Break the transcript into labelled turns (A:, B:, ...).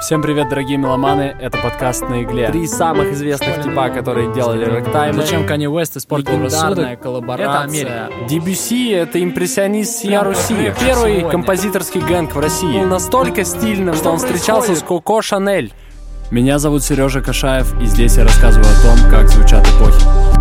A: Всем привет, дорогие меломаны, это подкаст «На игле».
B: Три самых известных типа, которые делали рэктаймы.
C: Зачем Канье Уэст испортил
B: Легендарная
C: рассудок? коллаборация.
B: Это Америка.
A: Дебюси — это импрессионист Сия
C: Прям
A: Руси,
C: как
A: первый
C: сегодня.
A: композиторский гэнг в России. Он настолько стильным, что он встречался с Коко Шанель. Меня зовут Сережа Кашаев, и здесь я рассказываю о том, как звучат эпохи.